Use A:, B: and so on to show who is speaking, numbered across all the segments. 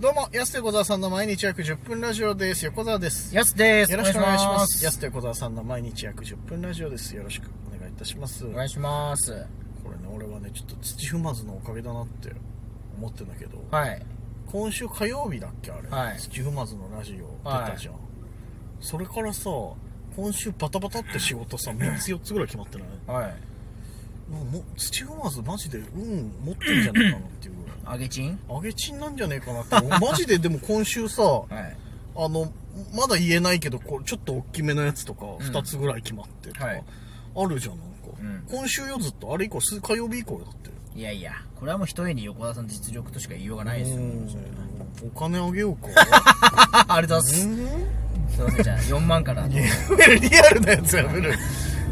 A: どうも、安手小沢さんの毎日約10分ラジオです。横澤です。よ
B: やすです。
A: ろしくお願いします。
B: や
A: 安
B: す。
A: 手小沢さんの毎日約10分ラジオです。よろしくお願いいたします。
B: お願いします。
A: これね、俺はね、ちょっと土踏まずのおかげだなって思ってんだけど、
B: はい。
A: 今週火曜日だっけあれ、
B: はい
A: 土踏まずのラジオ出たじゃん。それからさ、今週バタバタって仕事さ、3つ4つぐらい決まってない
B: はい。
A: もうもう土踏まずマジで運持ってんじゃねえかな っていうぐらい。
B: あげちん
A: 上げちんなんじゃねえかなって。マジででも今週さ、
B: はい。
A: あの、まだ言えないけど、こうちょっと大きめのやつとか、
B: ん
A: 2つぐらい決まってとか、
B: はい
A: あるじゃん、なんか。
B: うん
A: 今週よ、ずっと。あれ以降、数火曜日以降だって。
B: いやいや、これはもう一重に横田さんの実力としか言いようがないですよ。
A: うんお金あげようか。
B: あ、ありがとうござい
A: うん
B: ます。すいません、じゃあ4万から。
A: リアルなやつやめる。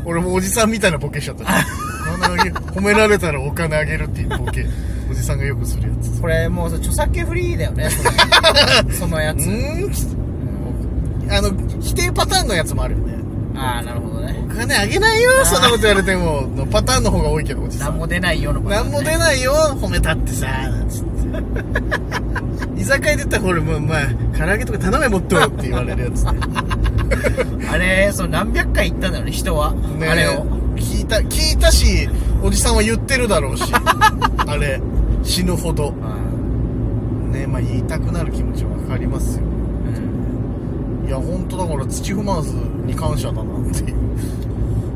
A: 俺もおじさんみたいなボケしちゃったし。お金あげ褒められたらお金あげるっていうボケ。おじさんがよくするやつ。
B: これもうさ著作権フリーだよね、その そのや
A: う
B: つ。
A: ーんつってあの、否定パターンのやつもあるよね。
B: ああ、なるほどね
A: お。金あげないよ、そんなこと言われても。のパターンの方が多いけど、おじさん。
B: 何も出ないよのパター
A: なん
B: ン
A: も出ないよ褒めたってさなんつって居酒屋で言ったら俺もうお前唐揚げとか頼めもっとって言われるやつね
B: あれ、そう何百回言ったんだよね、人は。
A: ね
B: あれを。
A: 聞いた聞いたしおじさんは言ってるだろうしあれ死ぬほど
B: うん
A: ねまあ言いたくなる気持ちはわかりますよ
B: うん
A: いや本当だから土踏まずに感謝だなっていう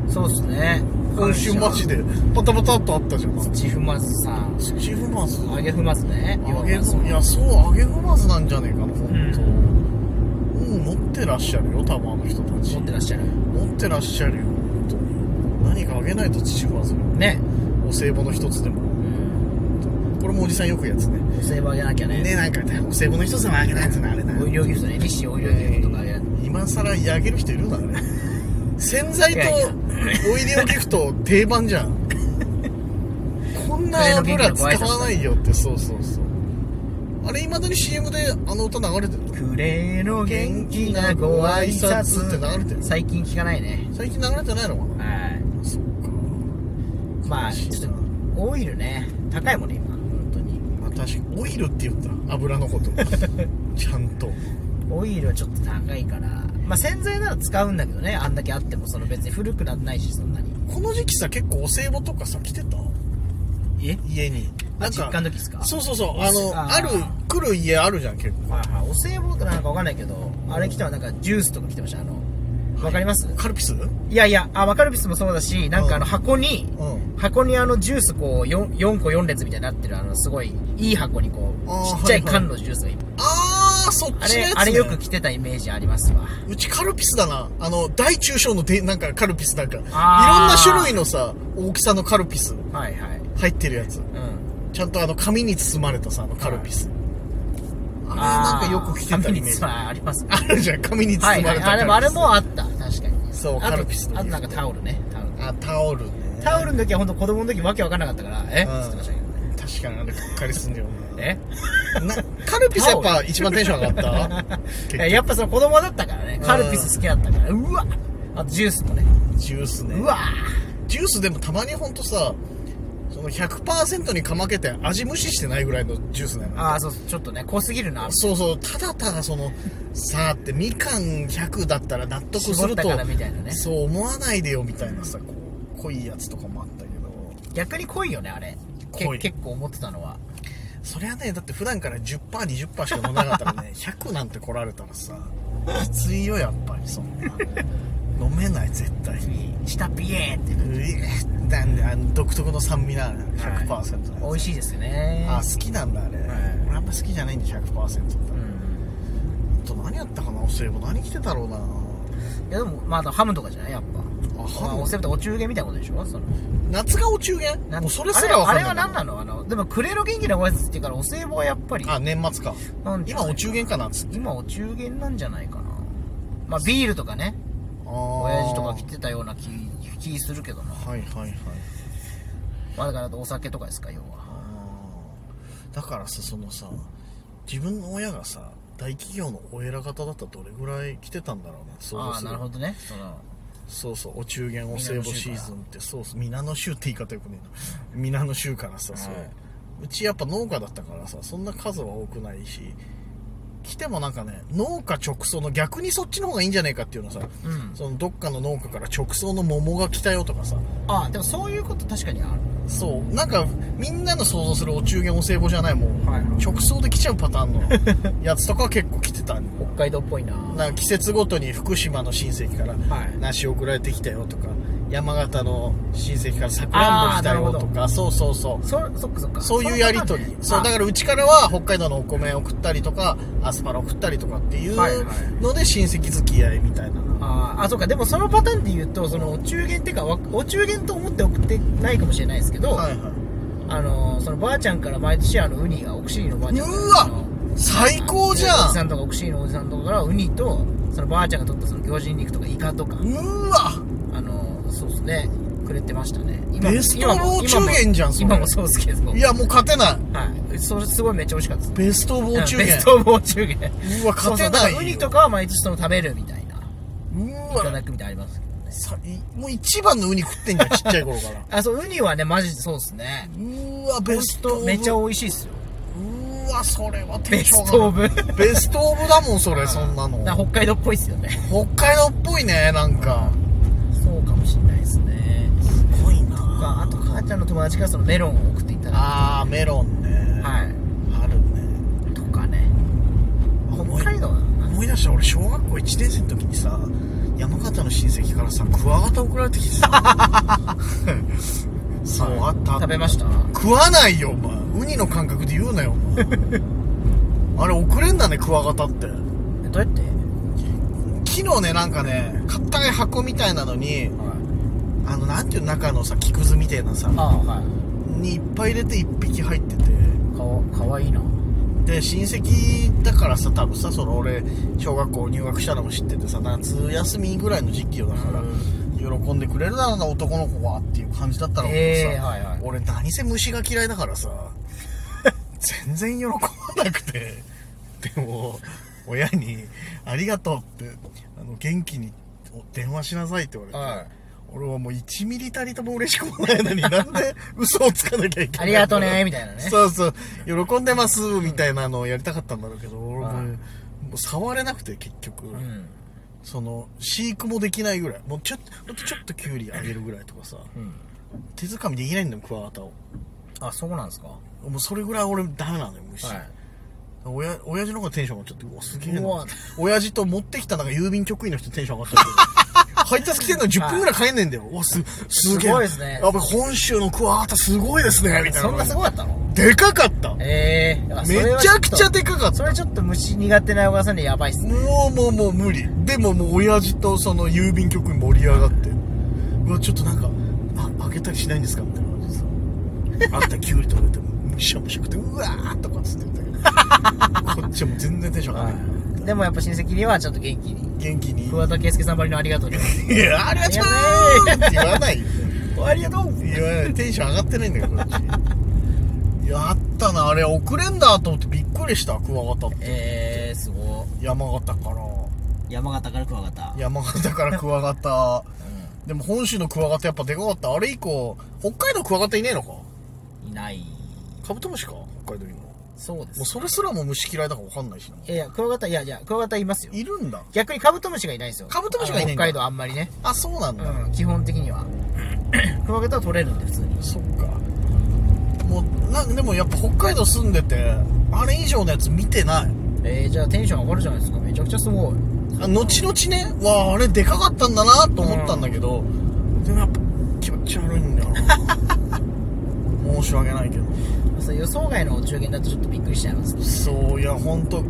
B: そうっすね。
A: 今週マジ
B: で。
A: でパタパタっとあったじゃん土
B: 土踏まずさ、
A: 踏まず
B: あげ踏まずね。
A: あげ
B: 要はその
A: いやそうあげ踏まずなんじゃねえかな本当、
B: う
A: うん、持ってらっしゃるよ多分あの人たち
B: 持ってらっしゃる。
A: 持ってらっしゃるよ本当に何かあげないと父はず
B: ね。
A: お歳暮の一つでもこれもおじさんよくやつね
B: お歳暮あげなきゃね。
A: ねなんかお歳暮の一つでもあげないとなあれな
B: お医療ギフトね、日誌お医療ギフトとかあげなきゃ
A: 今さらあげる人いるだ ね洗剤と
B: いやいや
A: オイリオギフト定番じゃんこんな油使わないよってそうそうそうあれいまだに CM であの歌流れてる
B: くれの
A: 元気なご挨拶って流れてる
B: 最近聞かないね。
A: 最近流れてないのかな
B: はい。
A: そっか
B: まあ、ちょっと、オイルね、高いもんね、今。本当に。
A: まあ確かにオイルって言った油のこと ちゃんと
B: オイルはちょっと高いから。まあ、洗剤なら使うんだけどね、あんだけあっても、その別に古くならないし、そんなに。
A: この時期さ結構お歳暮とかさ来てた
B: え
A: 家に
B: あ、実家の
A: の
B: 時ですか。
A: そううそうそう
B: お
A: あ
B: 歳
A: の
B: あ
A: あ
B: ー
A: る来る家あるじゃん結構
B: はいはい。お歳暮かなんかわかんないけど、あれ来たらなんかジュースとか来てました。あの、わかります
A: カルピスうん
B: いやいや、あ、わかるビスもそうだし、なんかあの箱に、箱にあのジュースこう 4, 4個4列みたいになってるあのすごいいい箱にこう
A: あー
B: ちっちゃ
A: はい
B: い
A: はい
B: 缶のジュースがいっぱい
A: あーそっ
B: あ
A: ちの
B: れ
A: やつ、ね、
B: あれよく着てたイメージありますわ
A: うちカルピスだなあの大中小のでなんかカルピスなんかいろん
B: あー
A: な種類のさ大きさのカルピス
B: はいはい
A: 入ってるやつ
B: うん
A: ちゃんとあの紙に包まれたさあのカルピス、あれなんかよく着てたイ
B: 紙
A: メ
B: に
A: ージ
B: 包まあります
A: あるじゃん紙に包
B: はい
A: ま
B: は
A: れ
B: い
A: た
B: あ
A: カルピ
B: で
A: ス
B: もあれもあった確かに
A: そう
B: あと
A: カルピスの
B: あとなんかタオルねタオル
A: あタオルね
B: タオルの時は本当子供の時わけわかんなかったからえっつってましたけどね
A: 確かにあれがっかりすんだよ
B: え
A: ななカルピスやっぱ一番テンション上がった
B: いややっぱその子供だったからねカルピス好きだったからうわあとジュースもね
A: ジュースね
B: うわ
A: ジュースでもたまにほんとさその100%にかまけて味無視してないぐらいのジュースなの
B: ああそうそうちょっとね濃すぎるな
A: そうそうただただそのさあってみかん100だったら納得す
B: 絞
A: る
B: った
A: と
B: からみたいなね
A: そう思わないでよみたいなさこう濃いやつとかもあったけど
B: 逆に濃いよねあれけ
A: 濃い
B: 結構思ってたのは
A: そりゃねだって普段から 10%20% しか飲まなかった らね100なんて来られたらさきついよやっぱりそんな飲めない絶対
B: 下ピエーって
A: うえなんであの独特の酸味なのよ100%のやつ、
B: 美味しいですよね
A: あ好きなんだあれ、
B: い
A: 俺あんま好きじゃないんで100%だったら、
B: うん
A: あと何やったかなお歳暮何着てたろうない
B: やでもまああとハムとかじゃないやっぱ
A: あ
B: ま
A: ハ
B: あ
A: ム
B: おせってお中元みたいなことでしょその
A: 夏がお中元
B: なん
A: もうそれすらわかんない
B: あれあれは何なのあのでも暮れの元気なご挨拶っていうからお歳暮はやっぱり
A: あ年末か
B: なんじゃ
A: 今
B: ない
A: お中元かなっつって
B: 今お中元なんじゃないかなまあビールとかね親父とか来てたような気気するけどな
A: はいはいはい
B: まあだからあとお酒とかですか要は
A: あーだからさそのさ自分の親がさ大企業のお偉方だったらどれぐらい来てたんだろうね想像
B: ああ
A: す
B: なるほどねその
A: そうそうお中元お歳暮シーズンってそうそう皆の衆って言い方よくね えな皆の衆からさそう、
B: はいう
A: ちやっぱ農家だったからさそんな数は多くないし来てもなんかね農家直送の逆にそっちの方がいいんじゃねえかっていうのさ、
B: うん
A: そのどっかの農家から直送の桃が来たよとかさ
B: あでもそういうこと確かにある
A: そうなんかみんなの想像するお中元お歳暮じゃないもう、
B: はいはい
A: 直送で来ちゃうパターンのやつとかは結構来てた
B: 北海道っぽいな
A: なんか季節ごとに福島の親戚から
B: はい
A: 梨送られてきたよとか山形の親戚からさくらんぼ来た
B: あーな
A: よ
B: るほど
A: とかそうそうそう
B: そそっかそっか
A: そういうやり取り。そう、だ
B: か
A: からうちからは北海道のお米送ったりとか、アスパラ送ったりとかっていう
B: はいはい
A: ので親戚付き合いみたいな。
B: らあーあそうかでもそのパターンで言うとそのお中元っていうかわお中元と思って送ってないかもしれないですけど、
A: はいはい。
B: あのーそのばあちゃんから毎年あのウニが奥尻のばあちゃんから
A: うわ
B: あの
A: 最高じ
B: おじ
A: ゃ
B: さ
A: ん
B: んとか奥尻のおじさんとかからウニとそのばあちゃんが取ったその魚人肉とかイカとか
A: うわ
B: あのーそうですねくれてましたね今
A: ベストオー中元じゃんそれ
B: 今も今もそうですけど
A: いや、もう勝てない。
B: はいそれすごいめっちゃ美味しかったです
A: ベストオブお中
B: ベ
A: 元
B: ス。トオブお中元
A: うわ、
B: そう
A: 勝
B: そ
A: て
B: うだか
A: ない
B: ら
A: よ。
B: ウニとかは毎年その食べるみたいな
A: う
B: いただ
A: わ
B: くみたいなのありますけどね
A: さいもう一番のウニ食ってんじゃん、ちっちゃい頃から。
B: あそうウニはねマジでそうですね
A: うわ、ベストオブ。
B: めっちゃ美味しいっすよ
A: うわ、それは
B: ベ
A: 手帳
B: ストオ ブ
A: ベストオブだもん、それ、そんなの
B: だ。から北海道っぽいっすよね
A: 北海道っぽいね、なんか。
B: そうかもしれないですね
A: すごい
B: とかあと母ちゃんの友達からそのメロンを送っていただ
A: あー、メロンね
B: い。はい
A: あるね。
B: とかね
A: 思い
B: 北海道は
A: 思い出した俺小学校1年生の時にさ山形の親戚からさクワガタ送られてきて さそうあった
B: 食べました
A: 食わないよお前ウニの感覚で言うなよお前あれ送れんだねクワガタって
B: えどうやって
A: 木のねなんかね硬い箱みたいなのにあのなんていうの中のさ木くずみたいなさ
B: ああは
A: にいっぱい入れて1匹入ってて
B: いかわかわいいな
A: で親戚だからさ多分さその俺小学校入学したのも知っててさ夏休みぐらいの時期よだから、喜んでくれるだろうな男の子はっていう感じだったら
B: へー
A: さ、
B: はいはい
A: 俺何せ虫が嫌いだからさ全然喜ばなくてでも親に「ありがとう」ってあの元気に電話しなさいって言われて、
B: はい
A: 俺はもう1ミリたりとも嬉しくもないのになんで嘘をつかなきゃいけ
B: あ
A: ない
B: りがとうねみたいなね
A: そうそう、喜んでます、みたいなのをやりたかったんだろうけど、俺も、
B: はい
A: もう触れなくて、結局。
B: うん
A: その、飼育もできないぐらい。もうちょっと、ほんとちょっとキュウリあげるぐらいとかさ、
B: うん
A: 手づかみできないんだよ、クワガタを。
B: あそうなんですかは
A: もうそれぐらい俺ダメなのよ、虫。親、親父の方がテンション上がっちゃって、うわ、すげえ
B: うわ
A: な。親父と持ってきたなんか郵便局員の人テンション上がっちゃって。 配達来てんのに10分ぐらい帰んねえんだよ。うわ、す、すげえ。
B: すごいですね
A: やっぱ本州のクワガタすごいですね、み
B: い
A: たいな。
B: そんなすごかったの
A: でかかった。
B: ええ
A: めちゃくちゃでかかった
B: そ。れちょっと虫苦手なおばさんにやばいっすね
A: もうもうもう無理でももう親父とその郵便局に盛り上がってうわちょっとなんかああげたりしないんですかみたいな感じでさあったキュウリとか言ってむしゃむしゃ食ってうわーとかっつって言った けどこっちはもう全然テンション上がらない
B: でもやっぱ親戚にはちょっと元気に
A: 元気 に
B: 桑田佳祐さんばりのありがとうに
A: 「いやありがとう!」って言わないよありがとう言わないテンション上がってないんだけどこっちやったなあれ遅れんだと思ってびっくりしたクワガタって
B: ええすごい
A: 山形から
B: 山形からクワガタ
A: 山形からクワガタ、でも本州のクワガタやっぱでかかったあれ以降北海道クワガタいねえのか
B: いない
A: カブトムシか北海道にもも
B: そうで
A: う
B: す
A: それすらも虫嫌いだから分かんないしない
B: やいやクワガタいやいやクワガタいますよ
A: いるんだ
B: 逆にカブトムシがいないんですよ
A: カブトムシがいないんだ
B: あの北海道あんまりね
A: あそうなんだ、
B: うん基本的には クワガタは取れるんで普通に
A: そっかもうなんでもやっぱ北海道住んでてあれ以上のやつ見てない
B: ええじゃあテンション上がるじゃないですかめちゃくちゃすごい
A: あ後々ねわああれでかかったんだなと思ったんだけど、でもやっぱ気持ち悪いんだよ な申し訳ないけど
B: そう予想外のお中元だとちょっとびっくりしちゃいます
A: そういや本当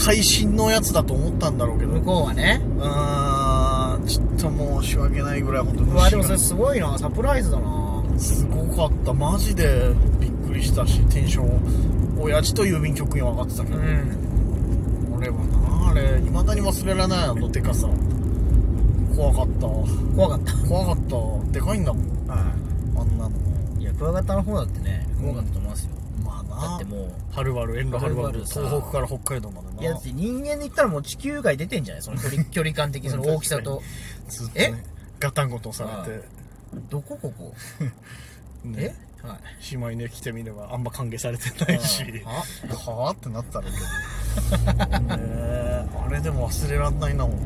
A: 会心のやつだと思ったんだろうけど
B: 向こうはね
A: うーんちょっと申し訳ないぐらい本当に
B: うわでもそれすごいなサプライズだな
A: すごかったマジでびっくりしたしテンション親父と郵便局員は上がってたけ
B: う
A: ど、
B: ん
A: 俺はなあれ未だに忘れられないあのでかさ怖かった
B: 怖かった
A: 怖かったでかいんだもんあんなの
B: いやクワガタの方だってね怖かったと思いますよ、
A: まあな
B: だってもう
A: はるばる遠路はるば
B: はるば
A: る
B: るさ
A: 東北から北海道までない
B: やだって人間で言ったらもう地球外出てんじゃないそ の距離距離感的にその大きさと
A: ずっと、ね、ガタンゴトンされて、
B: どこここえ
A: ね、
B: はい
A: しまいね来てみればあんま歓迎されてないし
B: あ
A: はあってなったらけど えーあれでも忘れらんないな本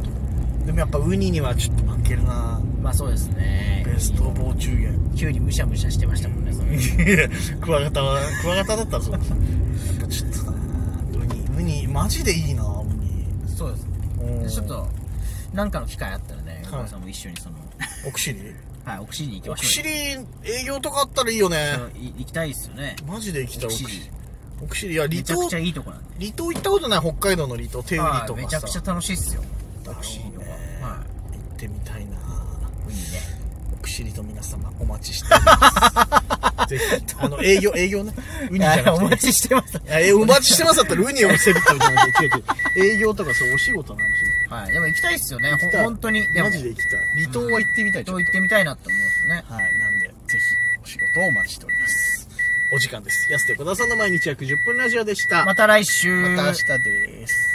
A: 当でもやっぱウニにはちょっと負けるな
B: まあそうですね
A: ベスト防虫源
B: キュウリむしゃむしゃしてましたもんねそれ
A: いや クワガタはクワガタだったらそうですやっぱちょっとなウニウニマジでいいなウニ
B: そうです
A: うん
B: でちょっとなんかの機会あったらね横
A: はい
B: 川さんも一緒にその
A: お薬
B: はいお薬に行き
A: お
B: ましょう
A: 薬営業とかあったらいいよね
B: ようんい行きたいですよね
A: マジで行きたいお
B: 奥尻
A: 薬お薬いや離
B: めちゃ
A: 島
B: くちゃいいとこなんで
A: 離島行ったことない北海道の離島手売り
B: は
A: と
B: いめ
A: か
B: ちゃくちゃ
A: さ
B: 楽しいっすよ
A: だろうね
B: お薬とかは
A: 行ってみたいない
B: いいね
A: お薬と皆様お待ちしており ますぜひあの営業営業ねウニじゃなくて
B: お待ちしてます
A: いやえお待ちしてますだったらウニをセ ットじゃないで違う違う営業とかそうお仕事の話ね
B: はいでも行きたいっすよね
A: 行き
B: ほ
A: たい
B: 本当に
A: マジ
B: で
A: で行きたい離島は行ってみたい、
B: も
A: ちょ
B: 行ってみたいなと思うんですね
A: とはいなんでぜひお仕事をお待ちしておりますお時間です安手小田さんの毎日約10分ラジオでした
B: また来週
A: また明日です